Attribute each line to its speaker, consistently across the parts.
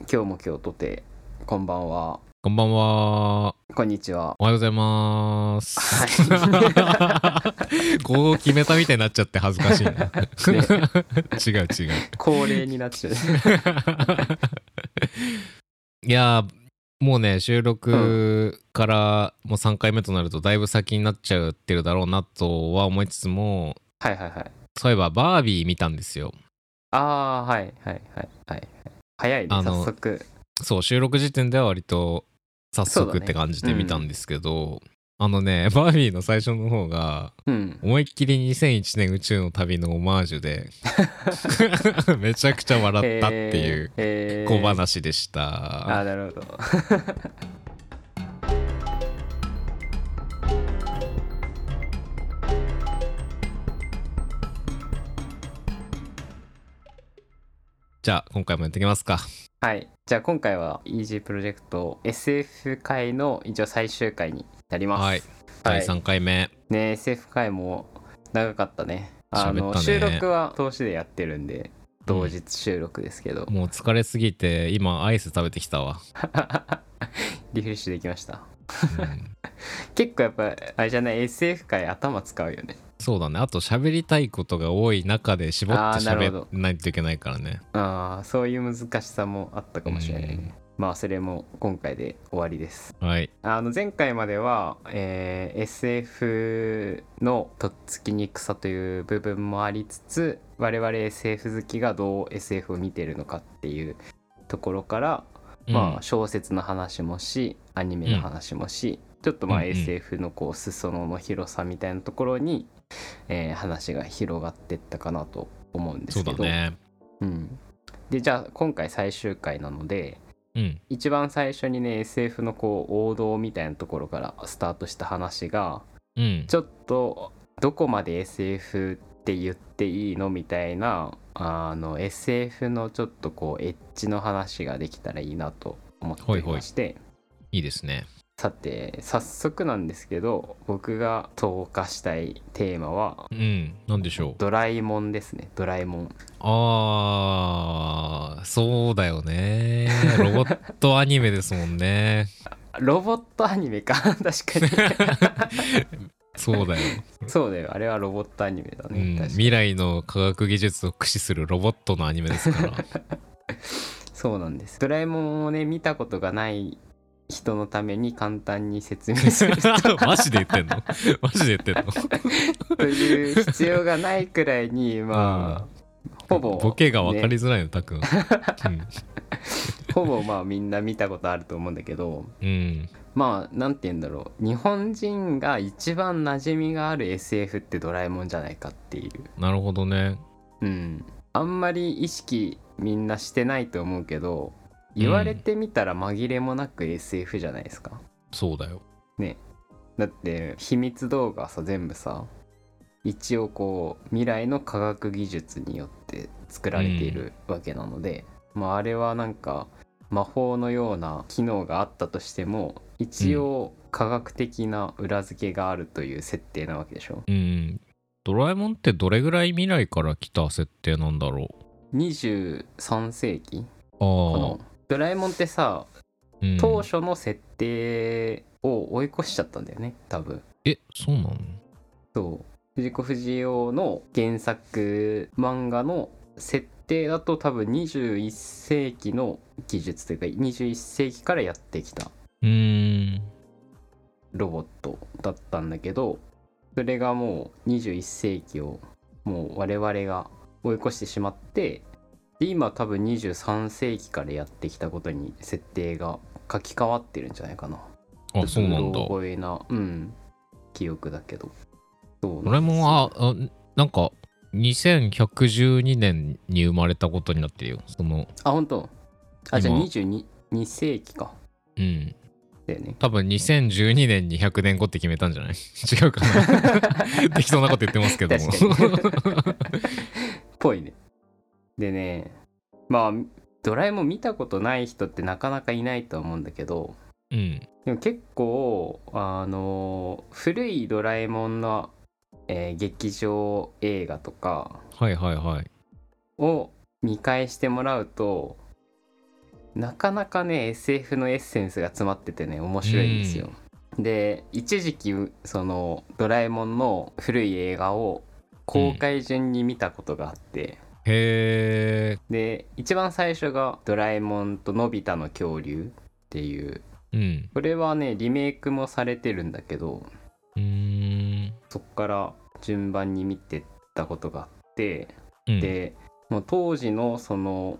Speaker 1: 今日も今日とてこんばんは
Speaker 2: こんばんは。
Speaker 1: こんにちは
Speaker 2: おはようございます。 こう決めたみたいになっちゃって恥ずかしいな。 違う 違う。
Speaker 1: 恒例になっちゃう
Speaker 2: いやー、もうね、収録からもう3回目となると、だいぶ先になっちゃうってるだろうなとは思いつつも、
Speaker 1: はいはいはい
Speaker 2: そういえばバービー見たんですよ。
Speaker 1: ああはいはいはいはい早いね
Speaker 2: あの
Speaker 1: 早速
Speaker 2: そう、収録時点では割と早
Speaker 1: そうだ
Speaker 2: 速
Speaker 1: ね
Speaker 2: って感じで見たんですけど、あのね、バービーの最初の方が、
Speaker 1: うん
Speaker 2: 思いっきり2001年宇宙の旅のオマージュで めちゃくちゃ笑ったっていう
Speaker 1: えー
Speaker 2: 小
Speaker 1: えー
Speaker 2: 話でし
Speaker 1: あ
Speaker 2: た、
Speaker 1: ーなるほど
Speaker 2: じゃあ今回もやっていきますか
Speaker 1: はいじゃあ今回は EG プロジェクト SF 会の一応最終回になります
Speaker 2: はい第3回目
Speaker 1: ね SF 回も長かったねあ
Speaker 2: 喋
Speaker 1: の
Speaker 2: ったね
Speaker 1: 収録は投資でやってるんで同日収録ですけど、
Speaker 2: もう疲れすぎて今アイス食べてきたわ、
Speaker 1: リフレッシュできました
Speaker 2: うん
Speaker 1: 結構やっぱあれじゃない SF 界頭使うよね
Speaker 2: そうだねあと喋りたいことが多い中で絞って
Speaker 1: あーなるほ
Speaker 2: 喋
Speaker 1: ど
Speaker 2: らないといけないからね
Speaker 1: ああそういう難しさもあったかもしれない、
Speaker 2: うん
Speaker 1: ね、まあそれも今回で終わりです
Speaker 2: はい
Speaker 1: あの前回までは、えー SF のとっつきにくさという部分もありつつ我々 SF 好きがどう SF を見てるのかっていうところから、まあ小説の話もしアニメの話もし、ちょっとま
Speaker 2: う
Speaker 1: あ
Speaker 2: んうん
Speaker 1: SF のこう裾野の広さみたいなところに、えー話が広がってったかなと思うん
Speaker 2: うん
Speaker 1: で
Speaker 2: そ
Speaker 1: す
Speaker 2: う
Speaker 1: け
Speaker 2: だ
Speaker 1: ど。
Speaker 2: ね
Speaker 1: うん、でじゃあ今回最終回なので
Speaker 2: うん
Speaker 1: 一番最初にね SF のこう王道みたいなところからスタートした話が
Speaker 2: うん
Speaker 1: ちょっとどこまで SF って言っていいのみたいなあの SF のちょっとこうエッジの話ができたらいいなと思っておりまして。
Speaker 2: いいですね
Speaker 1: さて早速なんですけど僕が投下したいテーマは
Speaker 2: うんなんでしょう
Speaker 1: ドラえもんですねドラえもん
Speaker 2: あーそうだよねロボットアニメですもんね
Speaker 1: あロボットアニメか 確か
Speaker 2: そうだよ、
Speaker 1: にそうだよあれはロボットアニメだ
Speaker 2: う
Speaker 1: ね、
Speaker 2: ん、
Speaker 1: 確かに
Speaker 2: 未来の科学技術を駆使するロボットのアニメで すから
Speaker 1: そうなんですドラえもんをね見たことがない人のために簡単に説明する
Speaker 2: マジで言っ てんのマジで言ってんの
Speaker 1: という必要がないくらいに まあ、ほぼ
Speaker 2: ボケが分かり
Speaker 1: ね
Speaker 2: づらいのたくん、うん
Speaker 1: ほぼまあみんな見たことあると思うんだけど
Speaker 2: うん、
Speaker 1: まあなんて言うんだろう日本人が一番馴染みがある SF ってドラえもんじゃないかっていう
Speaker 2: なるほどね
Speaker 1: うんあんまり意識みんなしてないと思うけど言われてみたら紛れもなく SF じゃないですか、
Speaker 2: そうだよ
Speaker 1: だって秘密動画さ全部さ一応こう未来の科学技術によって作られているわけなので、まあ、あれはなんか魔法のような機能があったとしても一応科学的な裏付けがあるという設定なわけでしょ
Speaker 2: うんドラえもんってどれぐらい未来から来た設定なんだろ
Speaker 1: 23世紀
Speaker 2: う
Speaker 1: こ
Speaker 2: あ
Speaker 1: のドラえもんってさ
Speaker 2: あ、うん
Speaker 1: 当初の設定を追い越しちゃったんだよね多分
Speaker 2: えそうなの
Speaker 1: そう藤子不二雄の原作漫画の設定だと多分21世紀の技術というか21世紀からやってきた
Speaker 2: うん
Speaker 1: ロボットだったんだけどそれがもう21世紀をもう我々が追い越してしまってで今多分23世紀からやってきたことに設定が書き換わってるんじゃないかな
Speaker 2: あそうなんだ
Speaker 1: うろ覚えなうん記憶だけどそう
Speaker 2: ドラえもん
Speaker 1: は
Speaker 2: は、あ、なんか、2112年に生まれたことになってるよ。その、
Speaker 1: あ、本当。あ、じゃあ
Speaker 2: 今
Speaker 1: 22 2世紀か。
Speaker 2: うん。
Speaker 1: だよね。
Speaker 2: 多分2012年に100年後って決めたんじゃない 違うか な適当なこと言ってますけども。
Speaker 1: 確ぽいね。でね、まあ、ドラえもん見たことない人ってなかなかいないと思うんだけど、
Speaker 2: うん。
Speaker 1: でも結構、あのー古いドラえもんの、えー劇場映画とか
Speaker 2: はいはいはい。
Speaker 1: を見返してもらうと、なかなかね SF のエッセンスが詰まっててね面白いんですよ。で一時期その「ドラえもん」の古い映画を公開順に見たことがあって、
Speaker 2: へえ
Speaker 1: で一番最初が「ドラえもんとのび太の恐竜」っていう
Speaker 2: うん
Speaker 1: これはねリメイクもされてるんだけど
Speaker 2: うーん
Speaker 1: そっから順番に見てったことがあって
Speaker 2: うん
Speaker 1: でもう当時のその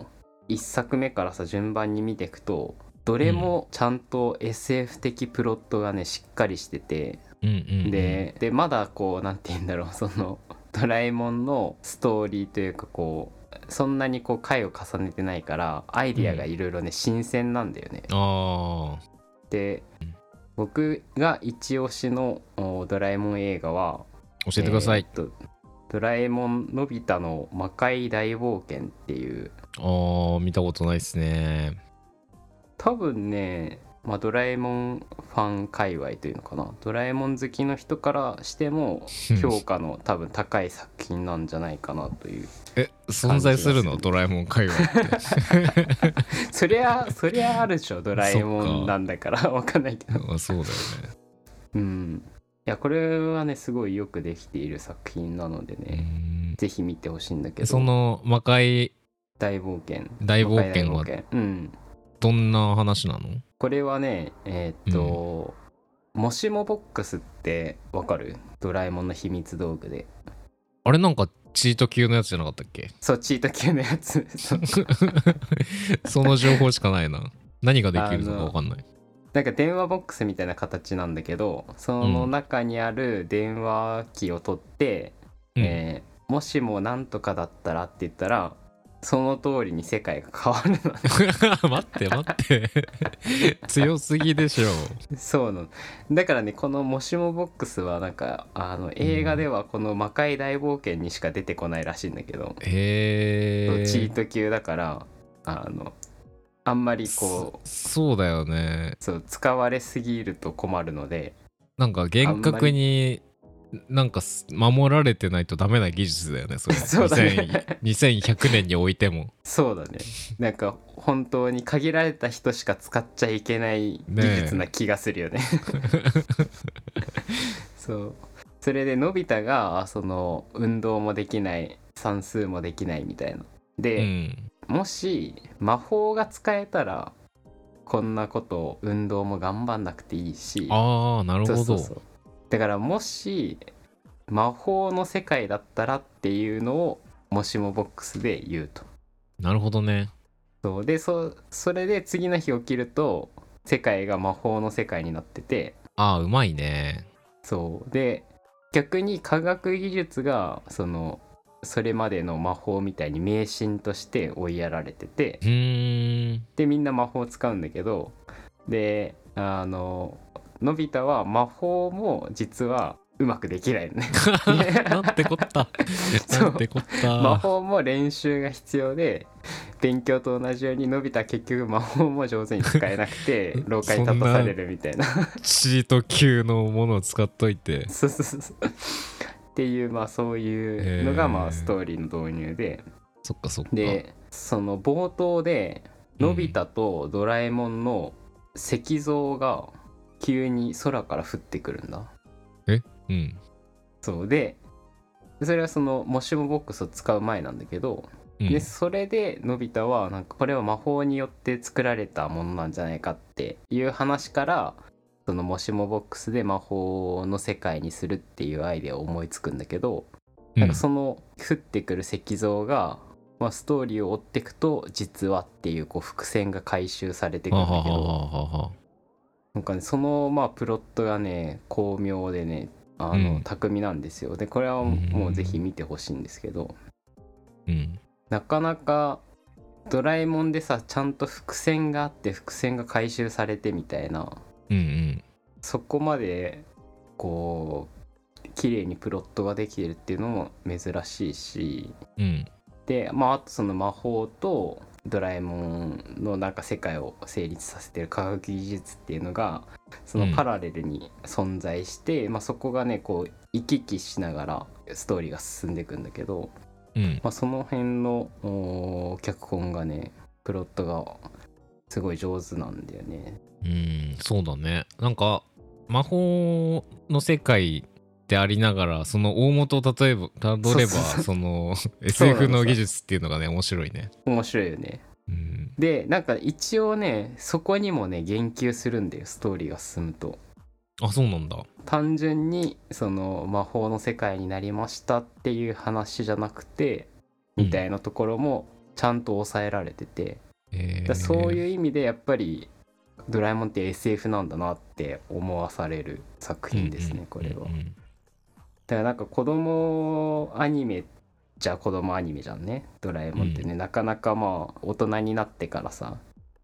Speaker 1: 1作目からさ順番に見ていくとどれもちゃんと SF 的プロットがねしっかりしてて
Speaker 2: うんうんうん
Speaker 1: ででまだこう何て言うんだろ うその「ドラえもん」のストーリーというかこうそんなにこう回を重ねてないからアイディアがいろいろね新鮮なんだよね。
Speaker 2: ああ
Speaker 1: で
Speaker 2: うん
Speaker 1: 僕が一押しのおドラえもん映画は
Speaker 2: 教えてください、
Speaker 1: えーっとドラえもんのび太の魔界大冒険っていう
Speaker 2: ああ見たことないっすね
Speaker 1: 多分ね、まあ、ドラえもんファン界隈というのかなドラえもん好きの人からしても評価の多分高い作品なんじゃないかなという
Speaker 2: え存在するの
Speaker 1: 感じがする
Speaker 2: ドラえもん会話って
Speaker 1: そりゃそりゃあるでしょドラえも
Speaker 2: そっ
Speaker 1: ん
Speaker 2: か
Speaker 1: なんだからわかんないけど
Speaker 2: あそうだよね
Speaker 1: うんいやこれはねすごいよくできている作品なので
Speaker 2: うー
Speaker 1: ね、
Speaker 2: ん
Speaker 1: ぜひ見てほしいんだけど
Speaker 2: その魔界
Speaker 1: 大冒険
Speaker 2: 大冒険
Speaker 1: 魔
Speaker 2: は
Speaker 1: 界大冒険うん
Speaker 2: どんな話なの
Speaker 1: これはねえーっと、もしもボックスってわかるドラえもんの秘密道具で
Speaker 2: あれなんかチート級のやつじゃなかったっけ
Speaker 1: そうチート級のやつ そう
Speaker 2: その情報しかないな何ができるのかわかんない
Speaker 1: なんか電話ボックスみたいな形なんだけどその中にある電話機を取って、
Speaker 2: うん
Speaker 1: えーもしもなんとかだったらって言ったらその通りに世界が変わるの
Speaker 2: 待って待って 強すぎでしょ
Speaker 1: そうなのだからねこの「もしもボックス」はなんかあの映画ではこの「魔界大冒険」にしか出てこないらしいんだけど、
Speaker 2: へえ
Speaker 1: チート級だからあのあんまりこう
Speaker 2: そそうだよね
Speaker 1: そう使われすぎると困るので
Speaker 2: なんか厳格になんかす守られてないとダメな技術だよねそれ
Speaker 1: そうだね
Speaker 2: 2000 2100年においても
Speaker 1: そうだねなんか本当に限られた人しか使っちゃいけない技術な気がするよ ねそうそれでのび太がその運動もできない算数もできないみたいな
Speaker 2: う
Speaker 1: で、
Speaker 2: ん
Speaker 1: もし魔法が使えたらこんなこと運動も頑張んなくていいし
Speaker 2: ああなるほど
Speaker 1: そうそうそうだからもし魔法の世界だったらっていうのをもしもボックスで言うと
Speaker 2: なるほどね
Speaker 1: そうでそそれで次の日起きると世界が魔法の世界になってて
Speaker 2: ああうまいね
Speaker 1: そうで逆に科学技術がそのそれまでの魔法みたいに迷信として追いやられてて
Speaker 2: うーん
Speaker 1: でみんな魔法を使うんだけどであののび太は魔法も実はうまくできないのね
Speaker 2: なんてこった
Speaker 1: そう
Speaker 2: なんてこった
Speaker 1: 魔法も練習が必要で勉強と同じようにのび太は結局魔法も上手に使えなくて廊下に立たされるみたいな
Speaker 2: チート級のものを使っといて
Speaker 1: そうそうそうそうっていうまあそういうの
Speaker 2: へ
Speaker 1: が
Speaker 2: ー
Speaker 1: まあストーリーの導入で
Speaker 2: そっかそっか
Speaker 1: でその冒頭でのび太とドラえもんの石像が急に空から降ってくるんだ
Speaker 2: うん
Speaker 1: そうでそれはそのもしもボックスを使う前なんだけど、
Speaker 2: うん
Speaker 1: でそれでのび太はなんかこれは魔法によって作られたものなんじゃないかっていう話からそのもしもボックスで魔法の世界にするっていうアイデアを思いつくんだけど、
Speaker 2: う
Speaker 1: なん
Speaker 2: ん
Speaker 1: かその降ってくる石像が、まあ、ストーリーを追っていくと実はっていうこう伏線が回収されてくる
Speaker 2: は
Speaker 1: んだ
Speaker 2: は
Speaker 1: け
Speaker 2: は
Speaker 1: ど
Speaker 2: ははは
Speaker 1: なんかねそのまあプロットがね巧妙でねあの、
Speaker 2: うん
Speaker 1: 巧みなんですよでこれはもうぜひ見てほしいんですけど、
Speaker 2: うん
Speaker 1: なかなかドラえもんでさちゃんと伏線があって伏線が回収されてみたいな
Speaker 2: うんうん
Speaker 1: そこまでこう綺麗にプロットができてるっていうのも珍しいし
Speaker 2: うん
Speaker 1: でまああとその魔法とドラえもんのなんか世界を成立させてる科学技術っていうのがそのパラレルに存在して、まあ、そこがねこう行き来しながらストーリーが進んでいくんだけど、
Speaker 2: うん
Speaker 1: まあ、その辺のおー脚本がねプロットがすごい上手なんだよね。
Speaker 2: うんそうだねなんか魔法の世界でありながらその大元を例えばたどれ
Speaker 1: そうそう
Speaker 2: ば
Speaker 1: そう
Speaker 2: その
Speaker 1: そうなの
Speaker 2: SF の技術っていうのがね面白いね
Speaker 1: 面白いよね。
Speaker 2: うん
Speaker 1: でなんか一応ねそこにもね言及するんだよストーリーが進むと。
Speaker 2: あそうなんだ
Speaker 1: 単純にその魔法の世界になりましたっていう話じゃなくてみたいなところもちゃんと抑えられてて、だ
Speaker 2: え
Speaker 1: からそう
Speaker 2: う
Speaker 1: いう意味でやっぱり「ドラえもん」って SF なんだなって思わされる作品ですね、これは。
Speaker 2: んうん
Speaker 1: だからなんか子供アニメじゃ子供アニメじゃんね「ドラえもん」ってね、なかなかまあ大人になってからさ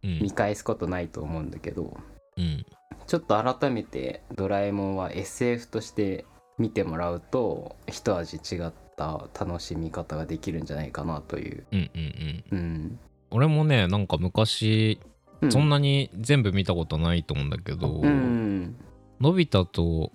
Speaker 2: うん
Speaker 1: 見返すことないと思うんだけど
Speaker 2: うん
Speaker 1: ちょっと改めて「ドラえもん」は SF として見てもらうと一味違った楽しみ方ができるんじゃないかなという。
Speaker 2: うんうんうん
Speaker 1: うん
Speaker 2: 俺もねなんか昔
Speaker 1: う
Speaker 2: そんなに全部見たことないと思うんだけど、
Speaker 1: うん
Speaker 2: のび太と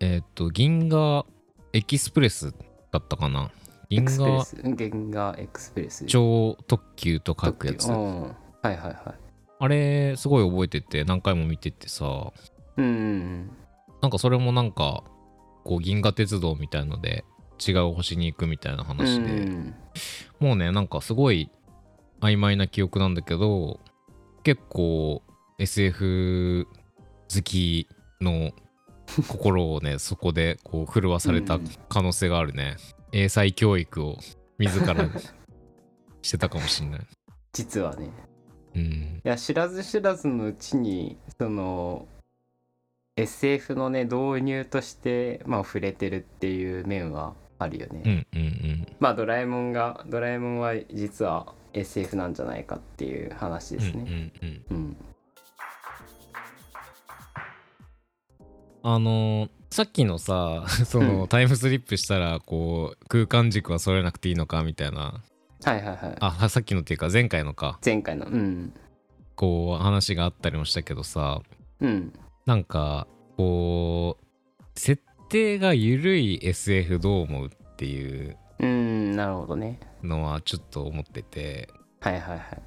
Speaker 2: えっ、と銀河エキスプレスだったかな
Speaker 1: エ
Speaker 2: 銀
Speaker 1: クスプレ
Speaker 2: 河
Speaker 1: ス銀河エクスプレス
Speaker 2: 超特急と書くやつ
Speaker 1: うんはいはいはい
Speaker 2: あれすごい覚えてて何回も見ててさ
Speaker 1: うんうん
Speaker 2: なんかそれもなんかこう銀河鉄道みたいので違う星に行くみたい
Speaker 1: う
Speaker 2: な
Speaker 1: ん
Speaker 2: 話で、
Speaker 1: うん
Speaker 2: もうねなんかすごい曖昧な記憶なんだけど結構 SF 好きの心をねそこでこう震わされ
Speaker 1: う
Speaker 2: た
Speaker 1: んうん
Speaker 2: 可能性があるね、英才教育を自らしてたかもしんない
Speaker 1: 実はね
Speaker 2: うん
Speaker 1: いや知らず知らずのうちにその SF のね導入としてまあ触れてるっていう面はあるよね、
Speaker 2: うんうんうん
Speaker 1: まあドラえもんがドラえもんは実は SF なんじゃないかっていう話ですね
Speaker 2: うんうんうん
Speaker 1: うん、
Speaker 2: あのーさっき のさそうの
Speaker 1: ん
Speaker 2: タイムスリップしたらこう空間軸は揃えなくていいのかみたいな
Speaker 1: はいはいはい
Speaker 2: あさっきのっていうか前回のか
Speaker 1: 前回のうん
Speaker 2: こう話があったりもしたけどさ
Speaker 1: うん
Speaker 2: なんかこう設定が緩い SF どう思うっていう
Speaker 1: うんなるほどね
Speaker 2: のはちょっと思ってて
Speaker 1: はいはいはい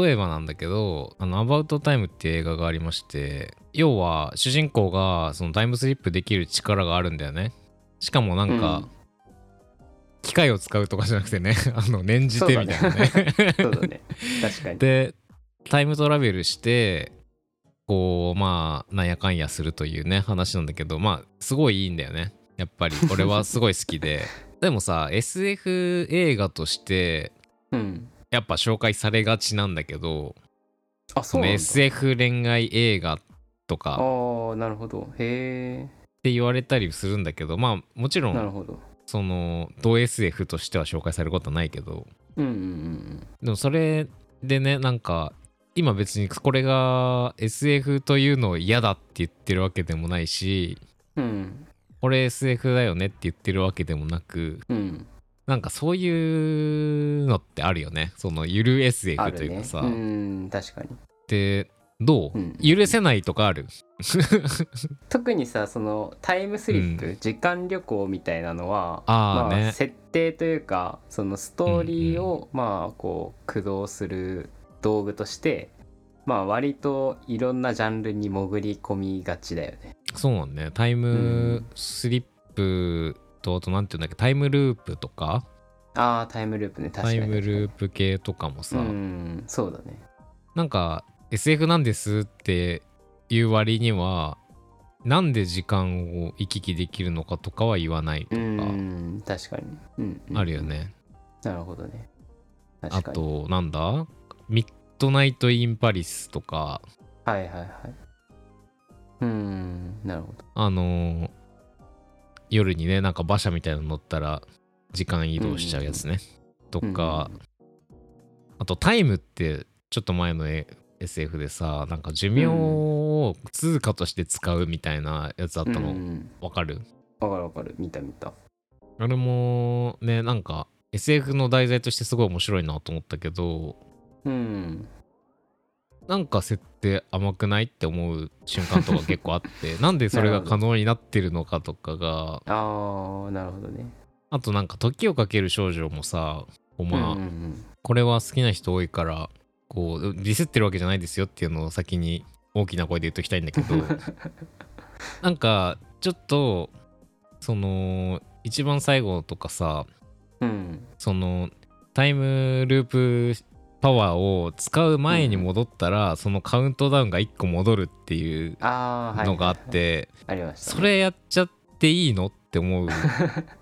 Speaker 2: 例えばなんだけど「あのアバウトタイム」っていう映画がありまして要は主人公がそのタイムスリップできる力があるんだよねしかもなんか、
Speaker 1: うん
Speaker 2: 機械を使うとかじゃなくてね あの念じてみたいなね
Speaker 1: そうだね確かに
Speaker 2: でタイムトラベルしてこうまあなんやかんやするというね話なんだけどまあすごいいいんだよねやっぱり俺はすごい好き ででもさ SF 映画として
Speaker 1: うん
Speaker 2: やっぱ紹介されがちなんだけど
Speaker 1: あそうなんだ
Speaker 2: SF 恋愛映画と
Speaker 1: あ
Speaker 2: かっ
Speaker 1: ーなるほどへ
Speaker 2: て言われたりするんだけどまあもちろ
Speaker 1: えなる
Speaker 2: ん
Speaker 1: ほど
Speaker 2: その同 SF としては紹介されることはないけど
Speaker 1: うんうんうん
Speaker 2: でもそれでねなんか今別にこれが SF というのを嫌だって言ってるわけでもないし
Speaker 1: うんうん
Speaker 2: これ SF だよねって言ってるわけでもなく
Speaker 1: うん
Speaker 2: なんかそういうのってあるよねそのゆる SF というかさ、
Speaker 1: あるね、うん確かに
Speaker 2: でどう、
Speaker 1: うん
Speaker 2: 許せないとかある
Speaker 1: 特にさそのタイムスリップ、
Speaker 2: う
Speaker 1: 時間旅行みたいなのは
Speaker 2: あー
Speaker 1: ま
Speaker 2: ね
Speaker 1: あ、設定というかそのストーリーを、まあこう駆動する道具としてまあ割といろんなジャンルに潜り込みがちだよね。
Speaker 2: そうなんねタイムスリップとあとなんていうんだっけタイムループとか
Speaker 1: ああタイムループね確
Speaker 2: タ
Speaker 1: かに
Speaker 2: イ
Speaker 1: 確か
Speaker 2: ム
Speaker 1: に。
Speaker 2: ループ系とかもさ、
Speaker 1: うんそうだね。
Speaker 2: なんか SF なんですっていう割にはなんで時間を行き来できるのかとかは言わないと
Speaker 1: う
Speaker 2: か
Speaker 1: ん確かに。うん、うん
Speaker 2: あるよ。ね。
Speaker 1: なるほどね。
Speaker 2: あ
Speaker 1: 確かに。
Speaker 2: となんだミッドナイト・イン・パリスとか
Speaker 1: はいはいはい。うんなるほど。
Speaker 2: あのー夜にねなんか馬車みたいなの乗ったら時間移動しちゃうやつね、とか、あと「タイム」ってちょっと前の SF でさなんか寿命を通貨として使うみたいなやつあっ
Speaker 1: うん、
Speaker 2: たの、
Speaker 1: うん
Speaker 2: わかる
Speaker 1: わかるわかる見た見た。
Speaker 2: あれもねなんか SF の題材としてすごい面白いなと思ったけど
Speaker 1: うん
Speaker 2: なんか設定甘くないって思う瞬間とか結構あって なんでそれが可能になってるのかとかが
Speaker 1: ああなるほどね。
Speaker 2: あとなんか「時をかける少女」もさこうまあ、
Speaker 1: うんうんうん
Speaker 2: これは好きな人多いからこうディスってるわけじゃないですよっていうのを先に大きな声で言っときたいんだけ どなんかちょっとその一番最後とかさ
Speaker 1: うん
Speaker 2: そのタイムループパワーを使う前に戻ったら、そのカウントダウンが1個戻るっていう
Speaker 1: ああはい
Speaker 2: のがあって、
Speaker 1: ありました
Speaker 2: それやっちゃっていいのって思う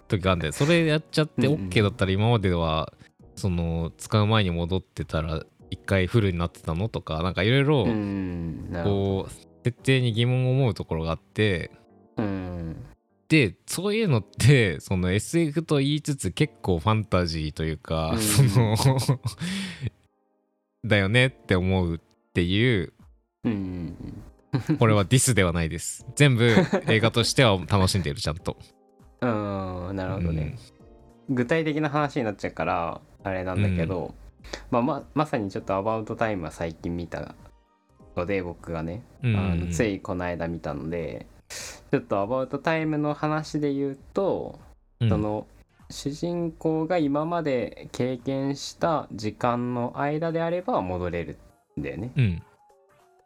Speaker 2: 時があるんだよ それやっちゃって
Speaker 1: うんうん
Speaker 2: OK だったら今まではその使う前に戻ってたら一回フルになってたのとかなんかいろいろ
Speaker 1: うんなるほ
Speaker 2: こう設定に疑問を思うところがあって
Speaker 1: どうん
Speaker 2: でそういうのってその SF と言いつつ結構ファンタジーというか、
Speaker 1: うん
Speaker 2: その だよねって思うっていう
Speaker 1: うん
Speaker 2: これはディスではないです全部映画としては楽しんでるちゃんと。
Speaker 1: うんなるほどね、具体的な話になっちゃうからあれなんだけど、まあ、ままさにちょっと「アバウトタイム」は最近見たので僕がね、
Speaker 2: うんうん
Speaker 1: あのついこの間見たのでちょっと「アバウトタイム」の話で言うと、
Speaker 2: うん
Speaker 1: その主人公が今まで経験した時間の間であれば戻れるんだよね。
Speaker 2: うん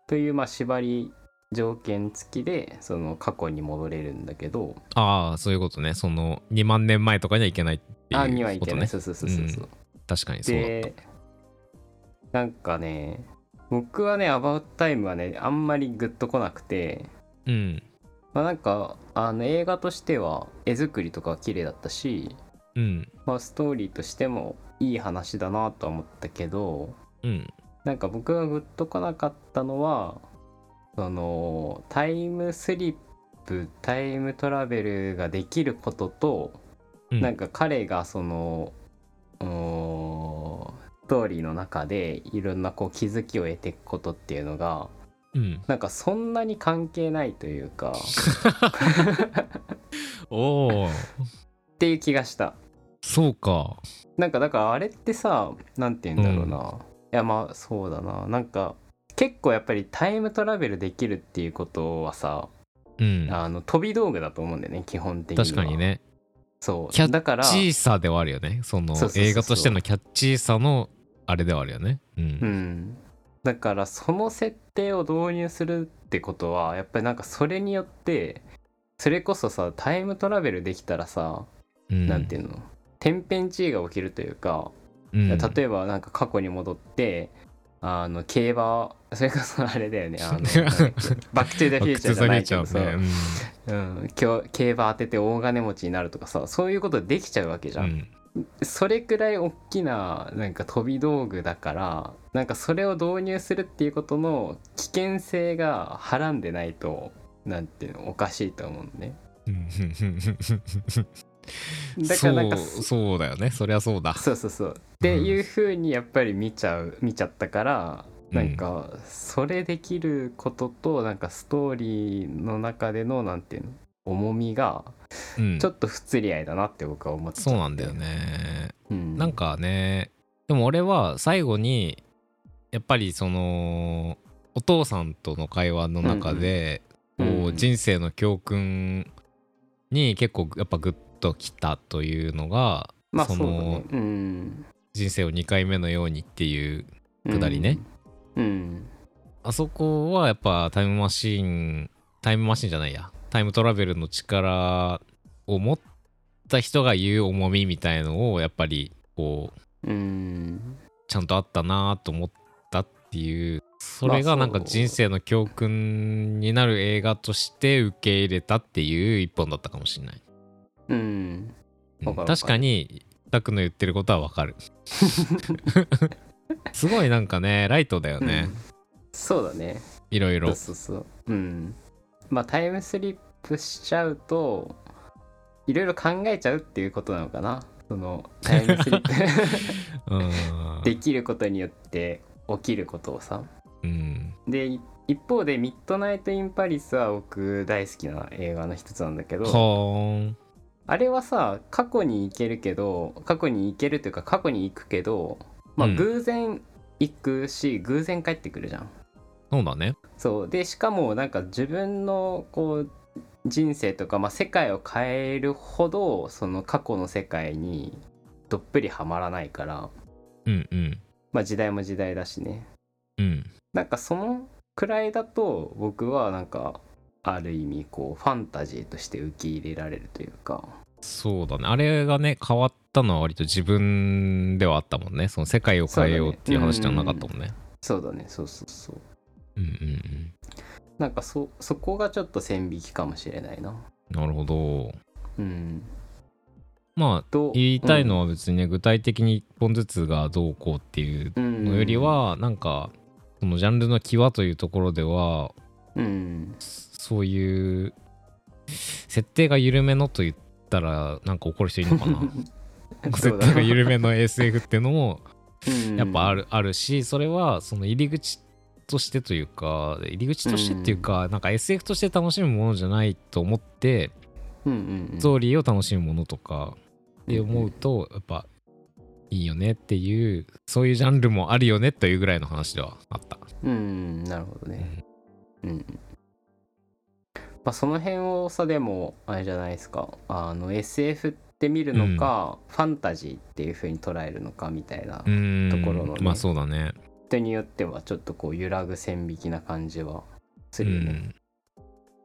Speaker 1: というまあ縛り条件付きでその過去に戻れるんだけど、
Speaker 2: ああそういうことねその2万年前とかにはいけないっていうことね
Speaker 1: あにはいけない、そうそうそうそうそう。
Speaker 2: 確かにそうだった
Speaker 1: でなんかね僕はね「アバウトタイム」はねあんまりグッとこなくて、
Speaker 2: うん
Speaker 1: まあ、なんかあの映画としては絵作りとかは綺麗だったし、
Speaker 2: うん
Speaker 1: まあ、ストーリーとしてもいい話だなとは思ったけど
Speaker 2: うん
Speaker 1: なんか僕がグッとこなかったのはそのタイムスリップタイムトラベルができることと
Speaker 2: うん
Speaker 1: なんか彼がそのうーんストーリーの中でいろんなこう気づきを得ていくことっていうのが
Speaker 2: うん
Speaker 1: なんかそんなに関係ないというか
Speaker 2: おお
Speaker 1: っていう気がした
Speaker 2: そうか
Speaker 1: なんかだからあれってさなんて言うんだろうな、いやまあそうだななんか結構やっぱりタイムトラベルできるっていうことはさ、
Speaker 2: うん
Speaker 1: あの飛び道具だと思うんだよね基本的には
Speaker 2: 確かにね
Speaker 1: そう
Speaker 2: キャッ
Speaker 1: だから
Speaker 2: キャッチーさではあるよねその
Speaker 1: そうそうそうそう
Speaker 2: 映画としてのキャッチーさのあれではあるよねう
Speaker 1: うんん、だからその設定を導入するってことはやっぱりなんかそれによってそれこそさタイムトラベルできたらさ
Speaker 2: うん
Speaker 1: 何、なん、ていうの天変地異が起きるというか、
Speaker 2: うん
Speaker 1: 例えばなんか過去に戻ってあの競馬それこそあれだよね あのバック・トゥ・ザ・フューチャーじゃないけどさ、
Speaker 2: バックトゥザフューチャーね
Speaker 1: うん、競競馬当てて大金持ちになるとかさそういうことできちゃうわけじゃ
Speaker 2: うんんう、ん
Speaker 1: それくらい大きななんか飛び道具だからなんかそれを導入するっていうことの危険性がはらんでないとなんていうのおかしいと思うねだからなんか
Speaker 2: そう
Speaker 1: そ
Speaker 2: そうだよねそりゃそうだ
Speaker 1: そうそうそうっていうふうにやっぱり見ちゃう見ちゃったから
Speaker 2: うん
Speaker 1: なんかそれできることとなんかストーリーの中でのなんていうの重みが
Speaker 2: うん
Speaker 1: ちょっと不釣り合いだなって僕は思っちゃって
Speaker 2: そうなんだよ、ね
Speaker 1: うん、
Speaker 2: なんかねでも俺は最後にやっぱりそのお父さんとの会話の中で、
Speaker 1: うんうん
Speaker 2: こ
Speaker 1: う
Speaker 2: うん人生の教訓に結構やっぱグッときたというのが、
Speaker 1: まあそ
Speaker 2: そうの
Speaker 1: だねうん
Speaker 2: 人生を2回目のようにっていう
Speaker 1: うん
Speaker 2: 下りね
Speaker 1: うん
Speaker 2: あそこはやっぱタイムマシーンタイムマシーンじゃないやタイムトラベルの力を持った人が言う重みみたいのをやっぱりこう
Speaker 1: うん
Speaker 2: ちゃんとあったなと思ったっていうそれがなんか
Speaker 1: そう
Speaker 2: 人生の教訓になる映画として受け入れたっていう一本だったかもしれない、
Speaker 1: うんわか
Speaker 2: うん
Speaker 1: るわかる
Speaker 2: 確かにタクの言ってることはわかるすごいなんかねライトだよね、
Speaker 1: うんそうだね
Speaker 2: いろい
Speaker 1: そ
Speaker 2: ろ
Speaker 1: うそうそううんまあタイムスリップしちゃうといろいろ考えちゃうっていうことなのかなそのタイムスリッ プ
Speaker 2: うん
Speaker 1: できることによって起きることをさ
Speaker 2: うん
Speaker 1: でい一方で「ミッドナイト・イン・パリス」は僕大好きな映画の一つなんだけど
Speaker 2: ほーん
Speaker 1: あれはさ過去に行けるけど過去に行けるというか過去に行くけどまあ
Speaker 2: うん
Speaker 1: 偶然行くし、偶然帰ってくるじゃん
Speaker 2: そうだね
Speaker 1: そうでしかもなんか自分のこう人生とか、まあ、世界を変えるほどその過去の世界にどっぷりはまらないから
Speaker 2: うんうん
Speaker 1: まあ時代も時代だしね
Speaker 2: うん
Speaker 1: なんかそのくらいだと僕はなんかある意味こうファンタジーとして受け入れられるというか
Speaker 2: そうだねあれがね変わったのは割と自分ではあったもんねその世界を変えようっていう話ではなかったもんね
Speaker 1: そうだねそうそうそう
Speaker 2: うんうん
Speaker 1: なんかそそこがちょっと線引きかもしれないな
Speaker 2: うんなるほど
Speaker 1: うん
Speaker 2: まあ
Speaker 1: と
Speaker 2: 言いたい
Speaker 1: うん
Speaker 2: のは別にね、具体的に一本ずつがどうこうっていうのよりは、なんかそのジャンルの際というところでは
Speaker 1: うん
Speaker 2: そういう設定が緩めのと言ったらなんか怒る人いるのかな設定が緩めの SF っていうのもやっぱあ
Speaker 1: る
Speaker 2: る,、あるしそれはその入り口としてというか入り口としてっていうか、なんか SF として楽しむものじゃないと思って
Speaker 1: うんうんうん
Speaker 2: ストーリーを楽しむものとかって思うとやっぱいいよねっていうそういうジャンルもあるよねというぐらいの話ではあった。
Speaker 1: うんうんなるほどねうんうんまあその辺をさでもあれじゃないですかあの SF って見るのか、ファンタジーっていう風に捉えるのかみたいな
Speaker 2: うーん
Speaker 1: ところのね
Speaker 2: まあそうだね。
Speaker 1: 人によってはちょっとこう揺らぐ線引きな感じはす
Speaker 2: う
Speaker 1: るよね、
Speaker 2: ん、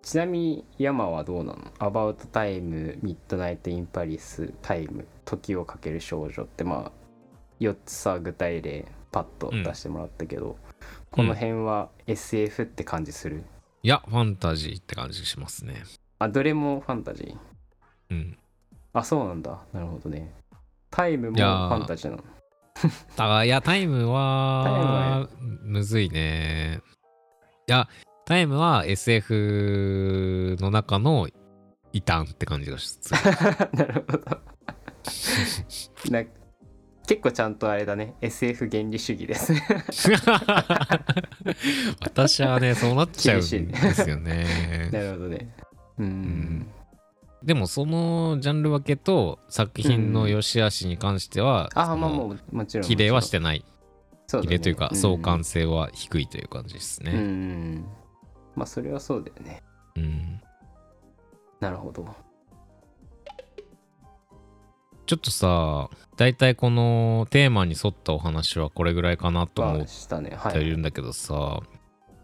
Speaker 1: ちなみに山はどうなの「アバウトタイム」「ミッドナイト・イン・パリス」「タイム」「時をかける少女」ってまあ4つさ具体例パッと出してもらったけど、この辺は SF って感じする、
Speaker 2: いやファンタジーって感じしますね。
Speaker 1: あどれもファンタジー
Speaker 2: うん。
Speaker 1: あそうなんだなるほどねタイムも
Speaker 2: い
Speaker 1: フ
Speaker 2: やー
Speaker 1: ァンタジーなの
Speaker 2: だからいやタイムはむずいね。いやタイムは SF の中の異端って感じがす る。
Speaker 1: なるほど な結構ちゃんとあれだね SF 原理主義ですね
Speaker 2: 私はねそうなっちゃうんですよね。
Speaker 1: なるほどねうん
Speaker 2: でもそのジャンル分けと作品の良し悪しに関しては、
Speaker 1: ああ
Speaker 2: そ
Speaker 1: まあ
Speaker 2: の
Speaker 1: もうもちろん
Speaker 2: 比例はしててない、
Speaker 1: そうだ
Speaker 2: 比
Speaker 1: ね
Speaker 2: 例というか
Speaker 1: ん
Speaker 2: 相関性は低いという感じです
Speaker 1: うんう
Speaker 2: ね。
Speaker 1: んまあそれはそうだよね
Speaker 2: うん
Speaker 1: なるほど
Speaker 2: ちょっとさ大体このテーマに沿ったお話はこれぐらいかなと思
Speaker 1: は
Speaker 2: っ
Speaker 1: したねは
Speaker 2: てい
Speaker 1: い
Speaker 2: るんだけどさ、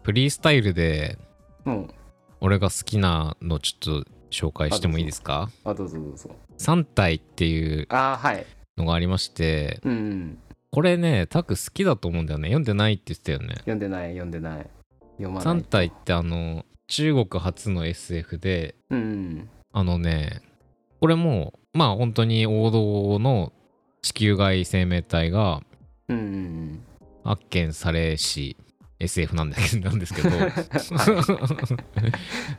Speaker 2: フリースタイルで
Speaker 1: うん
Speaker 2: 俺が好きなのちょっと紹介してもいいですか
Speaker 1: あどうぞどうぞ
Speaker 2: ?3 体っていう
Speaker 1: ああはい
Speaker 2: のがありまして
Speaker 1: うんうん
Speaker 2: これねタク好きだと思うんだよね読んでないって言ってたよね。
Speaker 1: 読んでない読んでない読まない
Speaker 2: 3体ってあの中国初の SF で
Speaker 1: うん
Speaker 2: あのねこれもまあ本当に王道の地球外生命体が
Speaker 1: うんうんうん
Speaker 2: 発見されし SF なんだけど なんですけど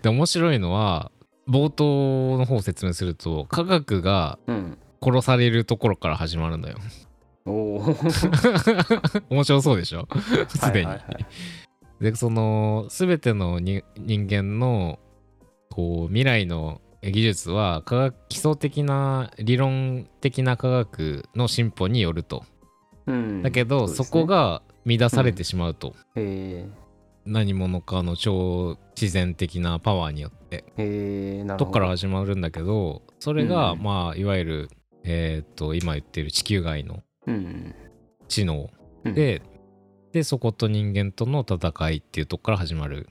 Speaker 2: で面白いのは冒頭の方を説明すると科学が
Speaker 1: うん
Speaker 2: 殺されるところから始まるんだよ
Speaker 1: おおす
Speaker 2: 面白そうでしょすでに、
Speaker 1: はいはいはい
Speaker 2: でその全てのに人間のこう未来の技術は科学基礎的な理論的な科学の進歩によると、
Speaker 1: うん
Speaker 2: だけど
Speaker 1: う
Speaker 2: そ,、
Speaker 1: ですね
Speaker 2: こが乱されてしまうと、
Speaker 1: へ
Speaker 2: 何者かの超自然的なパワーによって
Speaker 1: えへえなる
Speaker 2: とこ
Speaker 1: ほど
Speaker 2: から始まるんだけどそれが、
Speaker 1: うん
Speaker 2: まあいわゆるえーっと今言ってる地球外の
Speaker 1: うん
Speaker 2: 知能
Speaker 1: うん
Speaker 2: で、でそこと人間との戦いっていうとこから始まる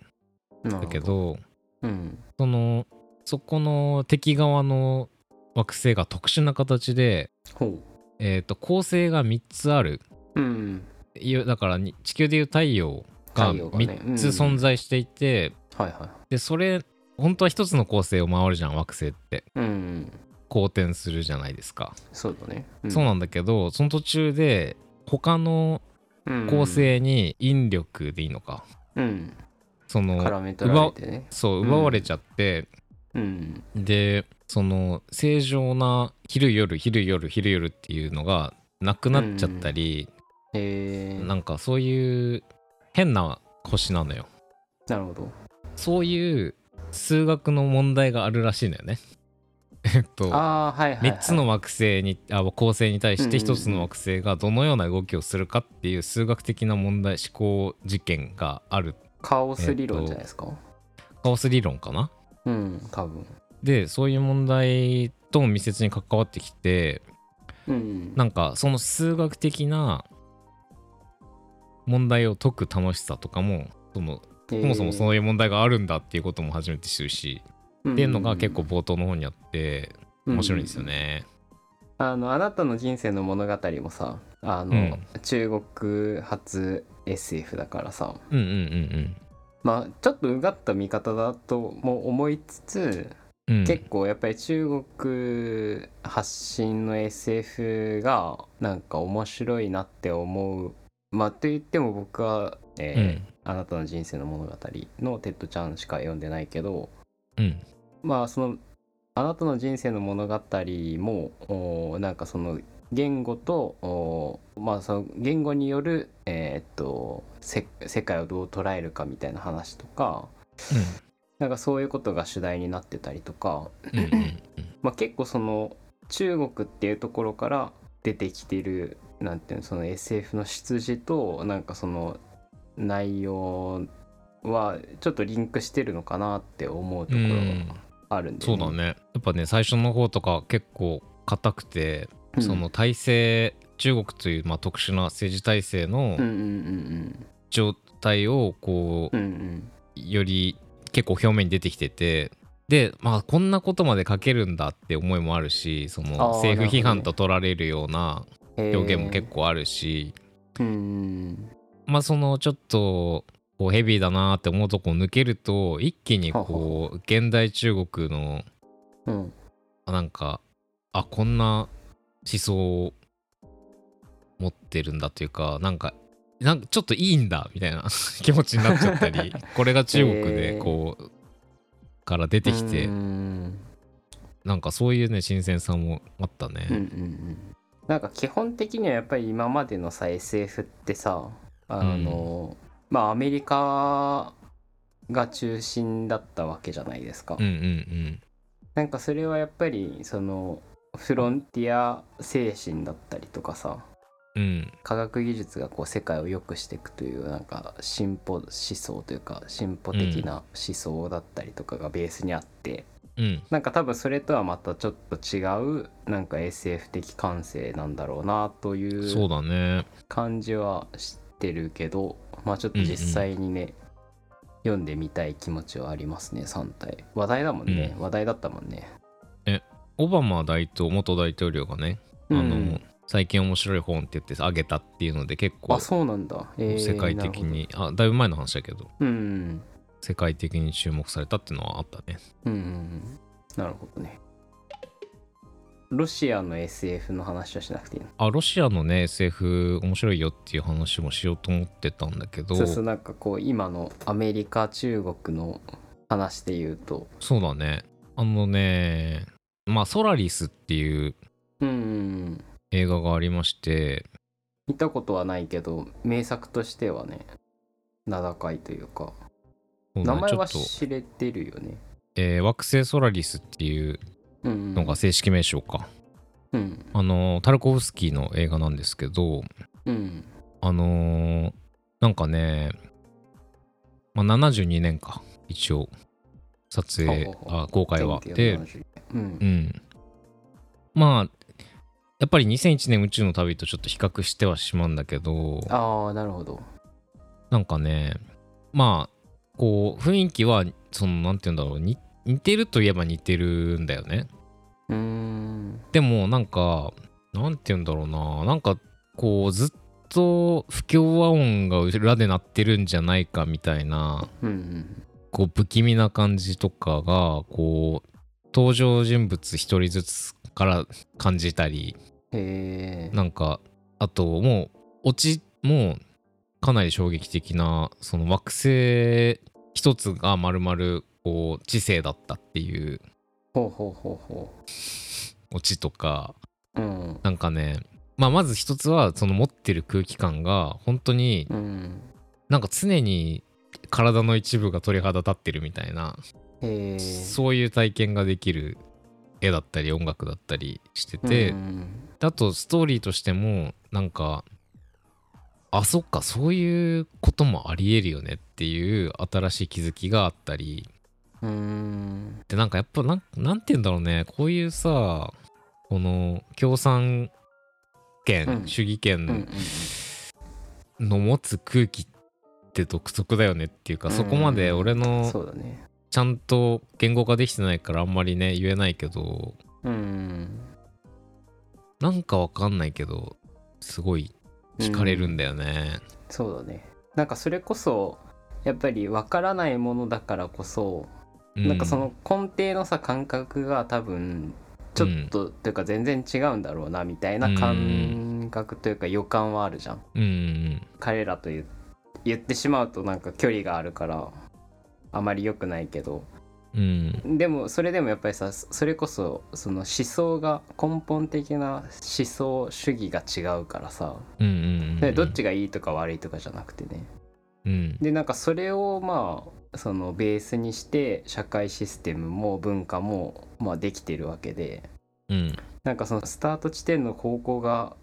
Speaker 1: なん
Speaker 2: だけど
Speaker 1: うん
Speaker 2: そのそこの敵側の惑星が特殊な形で、
Speaker 1: ほ
Speaker 2: えー、と恒星が3つある
Speaker 1: ううん
Speaker 2: いやだからに地球でいう太陽が
Speaker 1: 太陽がね
Speaker 2: 3つ存在していて、
Speaker 1: はいは
Speaker 2: でそれ本当は1つの恒星を回るじゃん惑星って
Speaker 1: いうん
Speaker 2: 公転するじゃないですか、
Speaker 1: そうだね
Speaker 2: そうなんだけどその途中で他の
Speaker 1: うん
Speaker 2: 恒星に引力でいいのか、
Speaker 1: うん
Speaker 2: その
Speaker 1: 絡め取られてね
Speaker 2: そう奪われちゃって、
Speaker 1: うん
Speaker 2: でその正常な昼夜昼夜昼夜っていうのがなくなっちゃったり、
Speaker 1: へえな
Speaker 2: なんかそういう変な星なのよ
Speaker 1: なるほど
Speaker 2: そういう数学の問題があるらしいんだよね えっと
Speaker 1: ああはいはいはい
Speaker 2: 3つの惑星にあ恒星に対し
Speaker 1: うんう
Speaker 2: て
Speaker 1: んうん
Speaker 2: 1つの惑星がどのような動きをするかっていう数学的な問題思考実験がある
Speaker 1: カオス理論じゃないですか
Speaker 2: カオス理論かな
Speaker 1: うん多分
Speaker 2: でそういう問題とも密接に関わってきて
Speaker 1: うん
Speaker 2: なんかその数学的な問題を解く楽しさとかもその
Speaker 1: そ
Speaker 2: そもそもそうういう問題があるんだっていうことも初めて知るし、っていうのが結構冒頭の方にあって面白いんですよね。
Speaker 1: あのあなたの人生の物語もさあの、
Speaker 2: うん
Speaker 1: 中国発 SF だからさ
Speaker 2: うんうんうん
Speaker 1: まあちょっとうがった見方だとも思いつつ、
Speaker 2: うん。うん、
Speaker 1: 結構やっぱり中国発信の SF がなんか面白いなって思うまあと言っても僕は、え
Speaker 2: う
Speaker 1: ー
Speaker 2: ん
Speaker 1: あなたの人生の物語」のテッドちゃんしか読んでないけど
Speaker 2: うん
Speaker 1: まあその「あなたの人生の物語も」おーなんかその言語とおーまあその言語による、えーっとせ世界をどう捉えるかみたいな話とかなんかそういうことが主題になってたりとか、
Speaker 2: うんうんうん
Speaker 1: まあ、結構その中国っていうところから出てきてるなんていうのその SF の出自となんかその内容はちょっとリンクしてるのかなって思うところがあるんで、
Speaker 2: そうだねやっぱね最初の方とか結構硬くて、その体制中国というまあ特殊な政治体制の
Speaker 1: うんうんうん
Speaker 2: 状態をこ
Speaker 1: うんうんうん
Speaker 2: うより結構表面に出てきててでまあこんなことまで書けるんだって思いもあるしその
Speaker 1: あー
Speaker 2: 政府批判と取られるような
Speaker 1: へー
Speaker 2: 表現も結構あるし、
Speaker 1: うんうん
Speaker 2: まあそのちょっとこうヘビーだなって思うとこを抜けると一気にこう現代中国の
Speaker 1: うん
Speaker 2: なんかあこんな思想を持ってるんだというかなんかなんかちょっといいんだみたいな 気持ちになっちゃった りこれが中国
Speaker 1: へー
Speaker 2: でこう、から出てきて、
Speaker 1: うん
Speaker 2: なんかそういうね新鮮さもあったね。
Speaker 1: うんうんうんなんか基本的にはやっぱり今までのさ SF ってさあの、まあアメリカが中心だったわけじゃないですか、
Speaker 2: うんうん
Speaker 1: なんかそれはやっぱりそのフロンティア精神だったりとかさ
Speaker 2: うんうん
Speaker 1: 科学技術がこう世界を良くしていくというなんか進歩思想というか進歩的な思想だったりとかがベースにあって、
Speaker 2: うん
Speaker 1: なんか多分それとはまたちょっと違うなんか SF 的感性なんだろうなとい
Speaker 2: そう
Speaker 1: う
Speaker 2: だね
Speaker 1: 感じはしてるけどまあちょっと実際にね、読んでみたい気持ちはありますね3体話題だもんね、話題だったもんね
Speaker 2: オバマ大統元大統領がね、あの最近面白い本って言ってあげたっていうので結構
Speaker 1: あそうなんだ、えー
Speaker 2: 世界的に、あだいぶ前の話だけど
Speaker 1: なるほどうん
Speaker 2: 世界的に注目されたっていうのはあったね。
Speaker 1: うんうんうんなるほどねロシアの SF の話はしなくていいの
Speaker 2: あロシアのね SF 面白いよっていう話もしようと思ってたんだけど
Speaker 1: そうそうなんかこう今のアメリカ中国の話で言うと
Speaker 2: そうだねあのねまあ「ソラリス」っていう
Speaker 1: うんうんうん
Speaker 2: 映画がありまして
Speaker 1: 見たことはないけど名作としてはね名高いというか
Speaker 2: そうだ
Speaker 1: 名
Speaker 2: ね
Speaker 1: 前は
Speaker 2: ちょっと、
Speaker 1: 知れてるよね
Speaker 2: えー惑星ソラリスっていう
Speaker 1: うんうん
Speaker 2: のが正式名称か、
Speaker 1: うん
Speaker 2: あのタルコフスキーの映画なんですけど
Speaker 1: うん
Speaker 2: あのーなんかね、まあ、72年か一応撮影
Speaker 1: ほうほうほう
Speaker 2: あ公開は
Speaker 1: 1970
Speaker 2: で
Speaker 1: う
Speaker 2: うんん。まあ、やっぱり2001年宇宙の旅とちょっと比較してはしまうんだけど、
Speaker 1: ああなるほど
Speaker 2: なんかね、まあ、こう、雰囲気は、その、なんて言うんだろう、に似てるといえば似てるんだよね。
Speaker 1: うーん
Speaker 2: でも、なんか、なんて言うんだろうな、なんか、こう、ずっと不協和音が裏で鳴ってるんじゃないかみたいな、
Speaker 1: うんうん
Speaker 2: こう不気味な感じとかがこう登場人物一人ずつから感じたり
Speaker 1: へえ
Speaker 2: なんかあともうオチもかなり衝撃的なその惑星一つが丸々こう知性だったっていう
Speaker 1: ほうほうほうほ
Speaker 2: オチとか
Speaker 1: ううん
Speaker 2: なんかねまあまず一つはその持ってる空気感が本当に
Speaker 1: うん
Speaker 2: なんか常に体の一部が鳥肌立ってるみたいな
Speaker 1: へえ
Speaker 2: そういう体験ができる絵だったり音楽だったりしてて、
Speaker 1: うん
Speaker 2: であとストーリーとしてもなんかあそっかそういうこともありえるよねっていう新しい気づきがあったり
Speaker 1: うーん
Speaker 2: でなんかやっぱなんなんて言うんだろうねこういうさこの共産
Speaker 1: う
Speaker 2: 権
Speaker 1: ん
Speaker 2: 主義
Speaker 1: うんうん
Speaker 2: 権の持つ空気って独特だよねっていうかそこまで俺の
Speaker 1: そうだね
Speaker 2: ちゃんと言語化できてないからあんまりね言えないけど
Speaker 1: うん
Speaker 2: なんかわかんないけどすごい惹かれるんだよね。
Speaker 1: そうだねなんかそれこそやっぱりわからないものだからこそ、
Speaker 2: う
Speaker 1: なんかその根底のさ感覚が多分ちょっと、というか全然違うんだろうなみたいな感覚というか予感はあるじゃん
Speaker 2: うんうん
Speaker 1: 彼らと言う言ってしまうとなんか距離があるからあまり良くないけど
Speaker 2: うん
Speaker 1: でもそれでもやっぱりさそれこそその思想が根本的な思想主義が違うからさ
Speaker 2: うんうんうん
Speaker 1: でどっちがいいとか悪いとかじゃなくてね
Speaker 2: うん
Speaker 1: でなんかそれをまあそのベースにして社会システムも文化もまあできてるわけで
Speaker 2: うん
Speaker 1: なんかそのスタート地点の方向が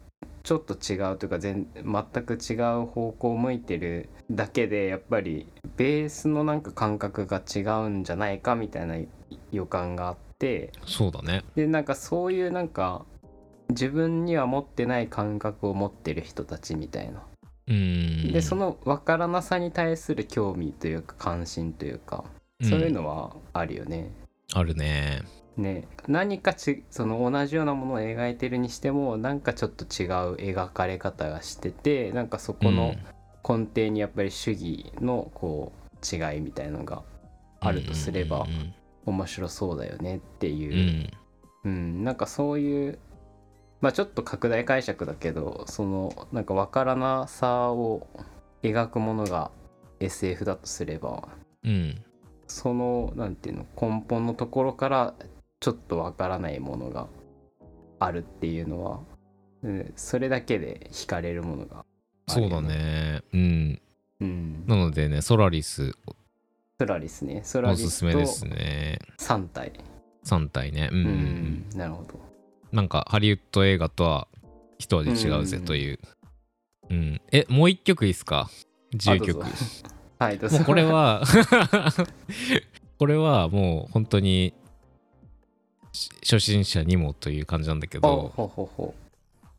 Speaker 1: ちょっと違うというか全全く違う方向を向いてるだけでやっぱりベースのなんか感覚が違うんじゃないかみたいな予感があって
Speaker 2: そうだね
Speaker 1: でなんかそういうなんか自分には持ってない感覚を持ってる人たちみたいな
Speaker 2: うん
Speaker 1: でその分からなさに対する興味というか関心というか
Speaker 2: ん
Speaker 1: そういうのはあるよね。
Speaker 2: あるね
Speaker 1: ね何かちその同じようなものを描いてるにしてもなんかちょっと違う描かれ方がしててなんかそこの根底にやっぱり主義のこう違いみたいのがあるとすれば
Speaker 2: うん
Speaker 1: 面白そうだよねって
Speaker 2: う
Speaker 1: いう、う
Speaker 2: ん
Speaker 1: んなんかそういうまあちょっと拡大解釈だけどそのなんか分からなさを描くものが SF だとすれば
Speaker 2: うんうん
Speaker 1: そのなんていうの根本のところからちょっとわからないものがあるっていうのは、うん、それだけで惹かれるものがある
Speaker 2: そ
Speaker 1: よ
Speaker 2: うだ、ねうん
Speaker 1: うん、
Speaker 2: なのでねソラリス
Speaker 1: ソラリスねソラ
Speaker 2: お
Speaker 1: リ
Speaker 2: す
Speaker 1: ス
Speaker 2: すめ
Speaker 1: と
Speaker 2: ですね
Speaker 1: 3体
Speaker 2: 3体ねうん
Speaker 1: う
Speaker 2: うん
Speaker 1: ん、
Speaker 2: うん
Speaker 1: なるほど
Speaker 2: なんかハリウッド映画とは一味違うぜといううん、えもう一曲いいっすか10曲
Speaker 1: あどうぞはいどうぞ
Speaker 2: もうこれはこれはもう本当にし初心者にもという感じなんだけ
Speaker 1: お
Speaker 2: ど
Speaker 1: ほほほ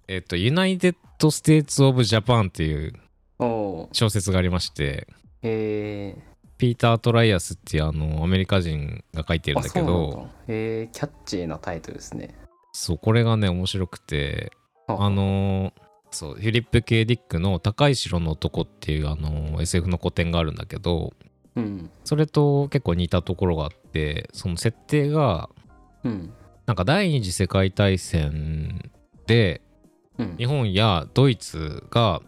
Speaker 2: えっと United States of Japan っていう
Speaker 1: おう
Speaker 2: 小説がありまして
Speaker 1: へえ
Speaker 2: ピーター・トライアスっていうあのアメリカ人が書いてるん
Speaker 1: あ
Speaker 2: だ
Speaker 1: そ
Speaker 2: け
Speaker 1: うなん
Speaker 2: ど
Speaker 1: だへえキャッチーなタイトルですね
Speaker 2: そうこれがね面白くて
Speaker 1: あ
Speaker 2: あのーそうフィリップ・ケイ・ディックの「高い城の男」っていうあのー SF の古典があるんだけど
Speaker 1: うん
Speaker 2: それと結構似たところがあってその設定が
Speaker 1: うん
Speaker 2: なんか第二次世界大戦で
Speaker 1: うん
Speaker 2: 日本やドイツが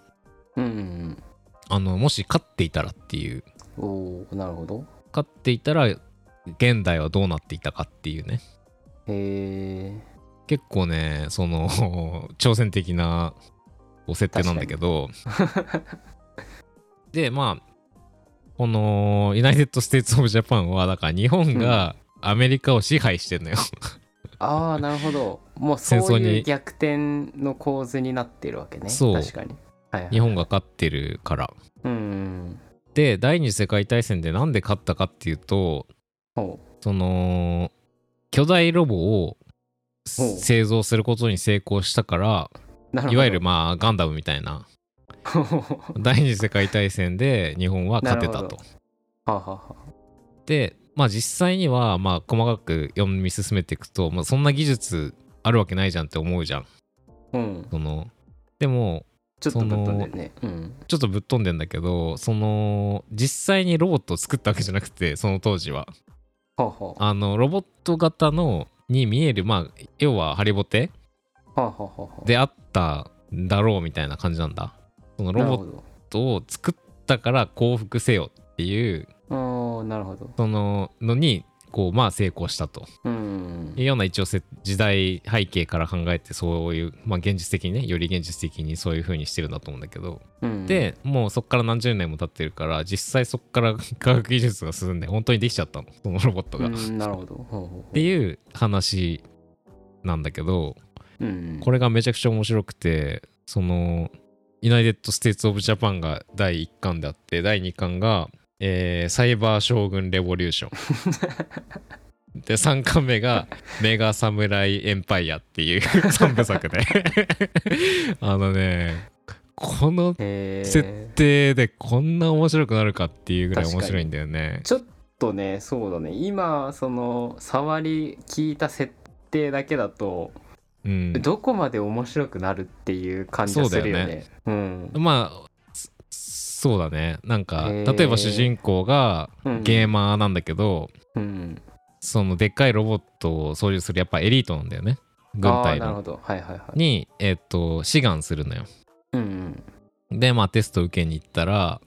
Speaker 1: うんうん
Speaker 2: あのもし勝っていたらっていう
Speaker 1: うんおおなるほど
Speaker 2: 勝っていたら現代はどうなっていたかっていうね
Speaker 1: へえ
Speaker 2: 結構ねその 挑戦的なお設定なんだけどでまあこのユナイテッド・ステーツ・オブ・ジャパンはだから日本がアメリカを支配してんのよ、
Speaker 1: ああなるほどもうそ
Speaker 2: 戦争
Speaker 1: う
Speaker 2: に
Speaker 1: いう逆転の構図になってるわけね
Speaker 2: そう
Speaker 1: 確かに、はいはい、
Speaker 2: 日本が勝ってるから
Speaker 1: うんうん
Speaker 2: で第二次世界大戦でなんで勝ったかっていうと
Speaker 1: ほ
Speaker 2: その巨大ロボを
Speaker 1: ほう
Speaker 2: 製造することに成功したから
Speaker 1: うなるほど
Speaker 2: いわゆ るまあガンダムみたいな
Speaker 1: ほうほうほう
Speaker 2: 第二次世界大戦で日本は勝てた
Speaker 1: なる
Speaker 2: と。
Speaker 1: はあはあはあ
Speaker 2: でまあ実際にはまあ細かく読み進めていくと、まあ、そんな技術あるわけないじゃんって思うじゃん。
Speaker 1: うん
Speaker 2: そのでも
Speaker 1: ちょっとぶっ飛んでるねうん
Speaker 2: ちょっとぶっ飛んでんだけどその実際にロボットを作ったわけじゃなくてその当時は。
Speaker 1: はあはあ
Speaker 2: あのロボット型のに見えるまあ要はハリボテ
Speaker 1: はあはあはあはあ
Speaker 2: であったんだろうみたいな感じなんだそのロ
Speaker 1: なる
Speaker 2: ボ
Speaker 1: ほ
Speaker 2: ッ
Speaker 1: ど
Speaker 2: トを作ったから降伏せよっていう
Speaker 1: ああなるほど
Speaker 2: そののにこうまあ成功したと
Speaker 1: うんうん
Speaker 2: いうような一応せ時代背景から考えてそういうまあ現実的にねより現実的にそういう風にしてるんだと思うんだけど
Speaker 1: うん
Speaker 2: でもうそっから何十年も経ってるから実際そっから科学技術が進んで本当にできちゃったのそのロボット
Speaker 1: う
Speaker 2: が。っ
Speaker 1: んなるほどほうほうほ
Speaker 2: ていう話なんだけど
Speaker 1: ううん
Speaker 2: これがめちゃくちゃ面白くてそのユナイテッド・ステーツ・オブ・ジャパンが第1巻であって第2巻が、えーサイバー将軍レボリ ューションで3巻目がメガサ ムライ・エンパイアっていう3部作であのねこの
Speaker 1: へ
Speaker 2: 設
Speaker 1: え
Speaker 2: 定でこんな面白くなるかっていうぐらい面白いんだよね
Speaker 1: ちょっとねそうだね今その触り聞いた設定だけだと、
Speaker 2: うん
Speaker 1: どこまで面白くなるっていう感じがするよねうん
Speaker 2: まあそそうだねなんか
Speaker 1: へー
Speaker 2: 例えば主人公が
Speaker 1: うん
Speaker 2: ゲーマーなんだけど、
Speaker 1: うん
Speaker 2: そのでっかいロボットを操縦するやっぱエリートなんだよね軍
Speaker 1: あー
Speaker 2: 隊
Speaker 1: なる
Speaker 2: の
Speaker 1: ほどはいはいはい
Speaker 2: にえっ、と志願するのよ
Speaker 1: うん
Speaker 2: でまあテスト受けに行ったら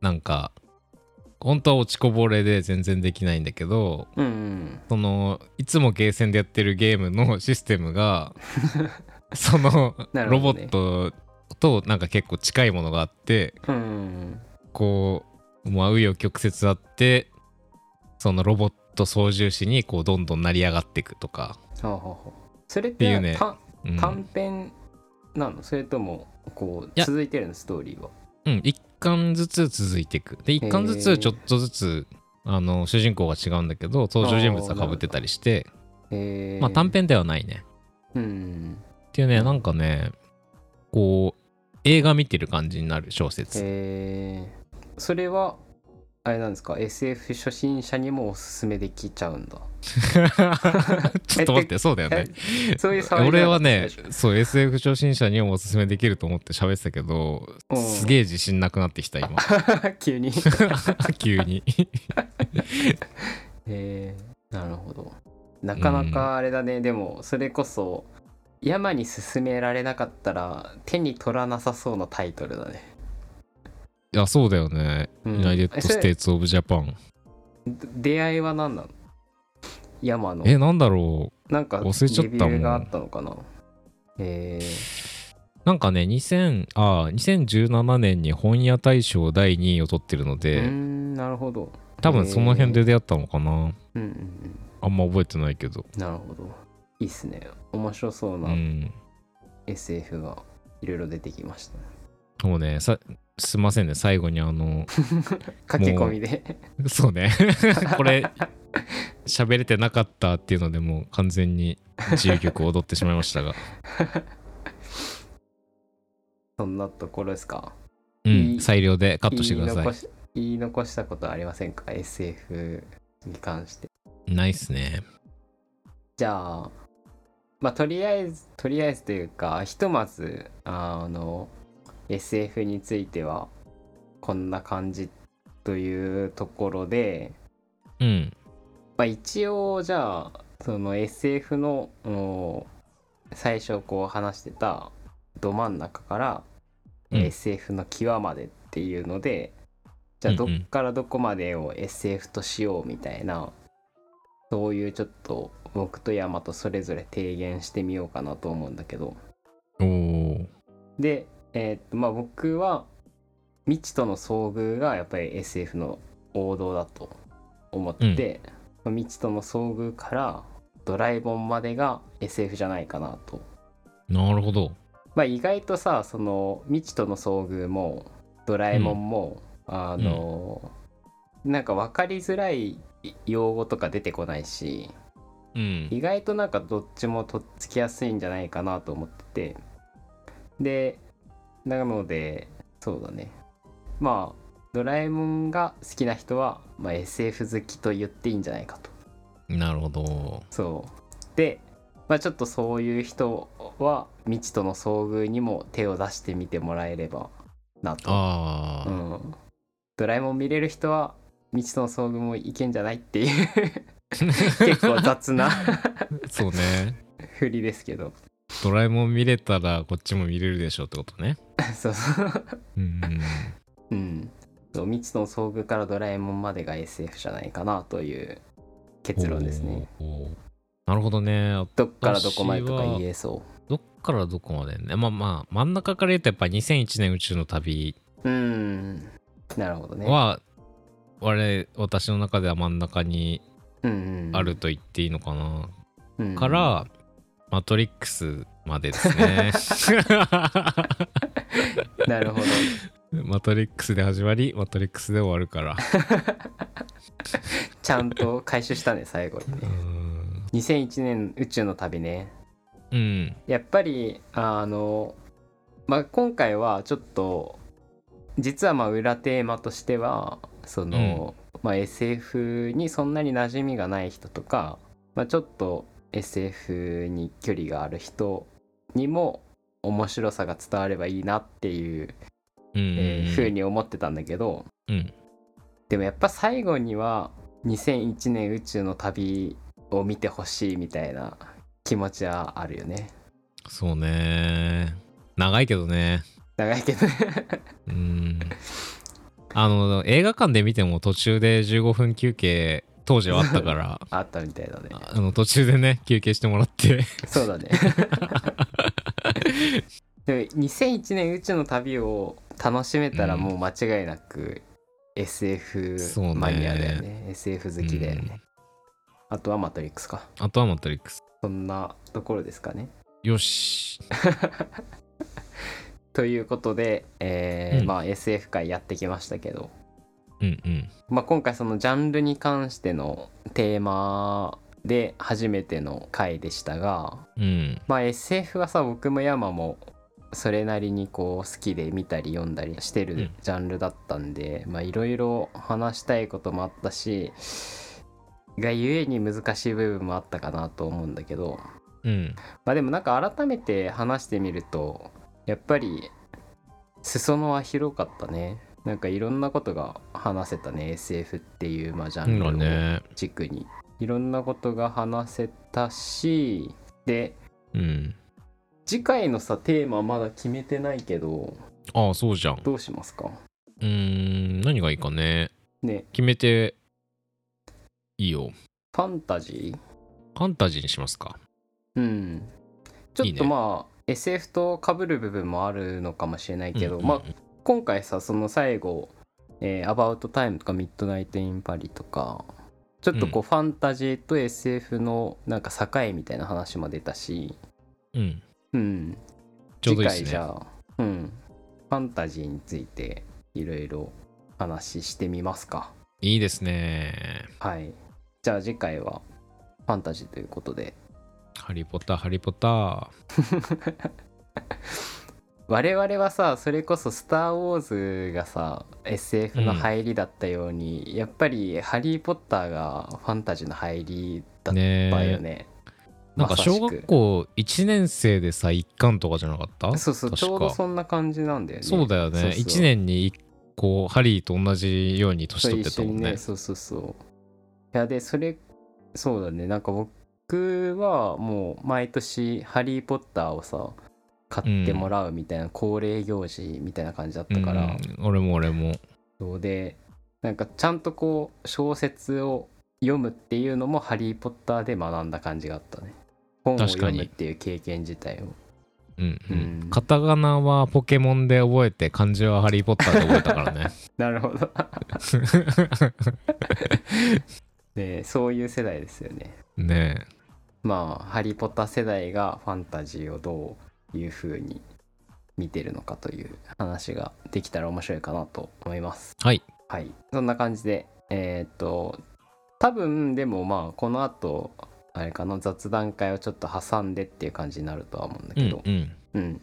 Speaker 2: なんか本当は落ちこぼれで全然できないんだけど
Speaker 1: うんうん
Speaker 2: そのいつもゲーセンでやってるゲームのシステ ムがその、
Speaker 1: なる
Speaker 2: ロボ
Speaker 1: ほどね
Speaker 2: ットとなんか結構近いものがあって
Speaker 1: うんうん
Speaker 2: こうまあ紆余曲折あってそのロボット操縦士にこうどんどん成り上がっていくとか、
Speaker 1: はあはあはあそれっ
Speaker 2: ってい
Speaker 1: て
Speaker 2: うね
Speaker 1: た
Speaker 2: うん
Speaker 1: 短編なのそれともこ
Speaker 2: いうや
Speaker 1: 続いてるのストーリーは
Speaker 2: うん、1巻ずつ続いていくで1巻ずつちょっとずつあの主人公が違うんだけど登場人物がかぶってたりして
Speaker 1: えー
Speaker 2: まあ短編ではないね
Speaker 1: うん
Speaker 2: っていうねなんかねこう映画見てる感じになる小説
Speaker 1: えー、それはあれなんですか SF 初心者にもおすすめできちゃうんだ、
Speaker 2: ちょっと待って、そうだよね。
Speaker 1: えそういう触り
Speaker 2: 俺
Speaker 1: 方
Speaker 2: は
Speaker 1: なんで
Speaker 2: ね
Speaker 1: す、
Speaker 2: そう、SF 初心者にもおすすめできると思って喋ってたけど
Speaker 1: う、ん
Speaker 2: すげえ自信なくなってきた、今。
Speaker 1: か 急 に
Speaker 2: 急に。
Speaker 1: えー、なるほどなかなかあれだね、でもそれこそ山に勧められなかったら手に取らなさそうなタイトルだね、
Speaker 2: いや、そうだよね。
Speaker 1: う
Speaker 2: ユナイテッド・
Speaker 1: えそ
Speaker 2: ス
Speaker 1: れ
Speaker 2: テーツ・オブ・ジャパン。
Speaker 1: 出会いは何なの山の
Speaker 2: え、なんだろう。
Speaker 1: なんかレビ
Speaker 2: 忘れちゃった
Speaker 1: ュ
Speaker 2: もん
Speaker 1: ーがあったのかなえー、
Speaker 2: なんかね、2000あ2017年に本屋大賞第2位を取ってるの
Speaker 1: うー
Speaker 2: で、
Speaker 1: んなるほど
Speaker 2: 多分その辺で出会ったのかな。
Speaker 1: うんうんうん
Speaker 2: あんま覚えてないけど。
Speaker 1: なるほど。いいっすね。面白そう
Speaker 2: う。
Speaker 1: なん SF がいろいろ出てきましたね。
Speaker 2: もうね、さすいませんね、最後にあ の、
Speaker 1: 書き込みで。
Speaker 2: そうね これ喋れてなかったっていうのでもう完全に自由曲を踊ってしまいま したが、
Speaker 1: そんなところですか。
Speaker 2: う
Speaker 1: い
Speaker 2: ん、
Speaker 1: い
Speaker 2: 最良でカットしてく
Speaker 1: 言
Speaker 2: だ
Speaker 1: い
Speaker 2: さ
Speaker 1: 残し言い残したことはありませんか ?SF に関して。
Speaker 2: いないっすね
Speaker 1: じゃあ、まあ、とりあえず、とりあえずというか、ひとまず、あの、SF については、こんな感じというところで、
Speaker 2: うん
Speaker 1: まあ、一応じゃあその SF のおー最初こう話してたど真ん中から、
Speaker 2: うん
Speaker 1: SF の際までっていうのでじゃあ
Speaker 2: うんう
Speaker 1: ど
Speaker 2: ん
Speaker 1: っからどこまでを SF としようみたいな、そういうちょっと僕と山とそれぞれ提言してみようかなと思うんだけど
Speaker 2: おー
Speaker 1: で、えーっとまあ、僕は未知との遭遇がやっぱり SF の王道だと思って、まあ未知との遭遇からドラえもんまでが SF じゃないかなと。
Speaker 2: なるほど
Speaker 1: まあ、意外とさその未知との遭遇もドラえもんも、あの、なんか分かりづらい用語とか出てこないし
Speaker 2: うん
Speaker 1: 意外となんかどっちもとっつきやすいんじゃないかなと思っててでなのでそうだねまあドラえもんが好きな人は、まあ、SF 好きと言っていいんじゃないかと
Speaker 2: なるほど
Speaker 1: そうで、まあ、ちょっとそういう人は未知との遭遇にも手を出してみてもらえればなと、
Speaker 2: あ
Speaker 1: う
Speaker 2: ー、
Speaker 1: ん、ドラえもん見れる人は未知との遭遇もいけんじゃないっていう 結構雑な
Speaker 2: そうね
Speaker 1: 振りですけど
Speaker 2: ドラえもん見れたらこっちも見れるでしょうってことね
Speaker 1: そうそう
Speaker 2: うん
Speaker 1: うん、そう未知との遭遇からドラえもんまでが SF じゃないかなという 結論ですね。
Speaker 2: おーおーなるほどね
Speaker 1: どっからどこまでとか言えそ
Speaker 2: どっからどこまでねまあまあ真ん中から言うとやっぱ2001年宇宙の旅
Speaker 1: う。うん、なるほどね。
Speaker 2: は、我私の中では真ん中に
Speaker 1: うんうん
Speaker 2: ある、と言っていいのかな、
Speaker 1: うん
Speaker 2: から「マトリックス」までです ね「
Speaker 1: なるほど。
Speaker 2: マトリックス」で始まり「マトリックス」で終わる から
Speaker 1: ちゃんと回収したね、最後に
Speaker 2: う
Speaker 1: ね。
Speaker 2: ん
Speaker 1: 2001年宇宙の旅ね。
Speaker 2: うん
Speaker 1: やっぱり、あの、まあ、今回はちょっと実はまあ裏テーマとしてはその、まあ、SF にそんなに馴染みがない人とか、まあ、ちょっと SF に距離がある人にも面白さが伝わればいいなっていう、
Speaker 2: うんうん
Speaker 1: えー、ふうに思ってたんだけど
Speaker 2: うん
Speaker 1: でもやっぱ最後には2001年宇宙の旅を見てほしいみたいな気持ちはあるよね
Speaker 2: そうね長いけどね
Speaker 1: 長いけど
Speaker 2: うんあの映画館で見ても途中で15分休憩当時はあったから
Speaker 1: あったみたいだね
Speaker 2: あの途中でね休憩してもらって
Speaker 1: そうだ ねでも2001年宇宙の旅を楽しめたらもう間違いなく SF
Speaker 2: そうね
Speaker 1: マニアだよね SF 好きだよね、
Speaker 2: うん
Speaker 1: あとはマトリックスか
Speaker 2: あとはマトリックス
Speaker 1: そんなところですかね
Speaker 2: よし
Speaker 1: ということで、えー
Speaker 2: うん
Speaker 1: まあ SF 界やってきましたけど、
Speaker 2: うんうん
Speaker 1: まあ、今回そのジャンルに関してのテーマで初めての回でしたが
Speaker 2: うん
Speaker 1: まあ SF はさ僕も山もそれなりにこう好きで見たり読んだりして
Speaker 2: う
Speaker 1: る
Speaker 2: ん
Speaker 1: ジャンルだったんでまあいろいろ話したいこともあったしがゆえに難しい部分もあったかなと思うんだけど
Speaker 2: うん
Speaker 1: まあでもなんか改めて話してみるとやっぱり裾野は広かったねなんかいろんなことが話せたね SF っていうまあジャン
Speaker 2: そう
Speaker 1: ル
Speaker 2: だ
Speaker 1: を
Speaker 2: ね
Speaker 1: 軸にいろんなことが話せたしで
Speaker 2: うん
Speaker 1: 次回のさテーマまだ決めてないけど
Speaker 2: ああそうじゃん
Speaker 1: どうしますか
Speaker 2: うーん何がいいかね
Speaker 1: ね
Speaker 2: 決めていいよ
Speaker 1: ファンタジー
Speaker 2: ファンタジーにしますか
Speaker 1: うんちょ
Speaker 2: い
Speaker 1: っ
Speaker 2: いね
Speaker 1: とまあ SF と被る部分もあるのかもしれないけど、
Speaker 2: うんうん
Speaker 1: まあ今回さその最後「えー、アバウトタイム」とか「ミッドナイト・イン・パリ」とかちょっとこう、ファンタジーと SF のなんか境みたいな話も出たし
Speaker 2: うん
Speaker 1: うん
Speaker 2: ちょうどい
Speaker 1: 次
Speaker 2: いで
Speaker 1: 回
Speaker 2: す
Speaker 1: じ
Speaker 2: ね
Speaker 1: ゃあ、うん、ファンタジーについていろいろ話してみますか。
Speaker 2: いいですね
Speaker 1: はい。じゃあ次回はファンタジーということで、
Speaker 2: ハリーポッターハリーポッター
Speaker 1: 我々はさ、それこそ「スター・ウォーズ」がさ、SF の入りだったように、やっぱり「ハリー・ポッター」がファンタジーの入りだっ
Speaker 2: ね
Speaker 1: たよ
Speaker 2: え
Speaker 1: ね。
Speaker 2: なんか
Speaker 1: まさし
Speaker 2: 小
Speaker 1: く
Speaker 2: 学校1年生でさ一巻とかじゃなかった
Speaker 1: そうそう、
Speaker 2: 確
Speaker 1: ち
Speaker 2: か
Speaker 1: ょうどそんな感じなんだよね。
Speaker 2: そうだよね
Speaker 1: そうそう
Speaker 2: 1年に1個ハリーと同じように年
Speaker 1: そう
Speaker 2: 取ってたもんね
Speaker 1: そうそうそういやでそれそうだねなんか僕はもう毎年「ハリー・ポッター」をさ買ってもらうみたいな恒例行事みたいな感じだったから、
Speaker 2: うん俺も俺も
Speaker 1: そうでなんかちゃんとこう小説を読むっていうのも「ハリー・ポッター」で学んだ感じがあったね本を読むっていう経験自体を
Speaker 2: うんう
Speaker 1: うんん
Speaker 2: カタカナはポケモンで覚えて漢字はハリー・ポッターで覚え たからね
Speaker 1: なるほどでそういう世代ですよね
Speaker 2: ね
Speaker 1: まあ「ハリー・ポッター」世代がファンタジーをどういう風に見てるのかという話ができたら面白いかなと思います
Speaker 2: えはい
Speaker 1: はいそんな感じでえーっと多分でもまあこの後あれかな雑談会をちょっと挟んでっていう感じになるとは思うんだ
Speaker 2: う
Speaker 1: け
Speaker 2: ん
Speaker 1: ど、
Speaker 2: うん
Speaker 1: うん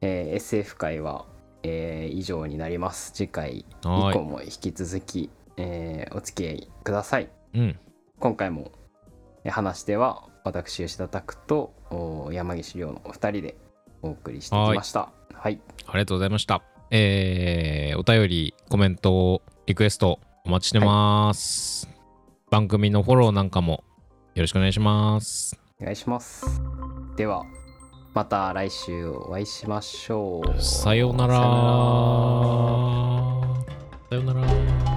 Speaker 1: えー SF 会は、えー以上になります次回以
Speaker 2: は
Speaker 1: 降
Speaker 2: ー
Speaker 1: も引き続き、えーお付き合いください
Speaker 2: いうん
Speaker 1: 今回もえ話しては私吉田拓とお山岸亮のお二人でお送りしてきましたはい
Speaker 2: ありがとうございましたえーお便りコメントリクエストお待ちしてます、番組のフォローなんかもよろしくお願いします
Speaker 1: お願いしますではまた来週お会いしましょう
Speaker 2: さようなら
Speaker 1: さようなら
Speaker 2: さようなら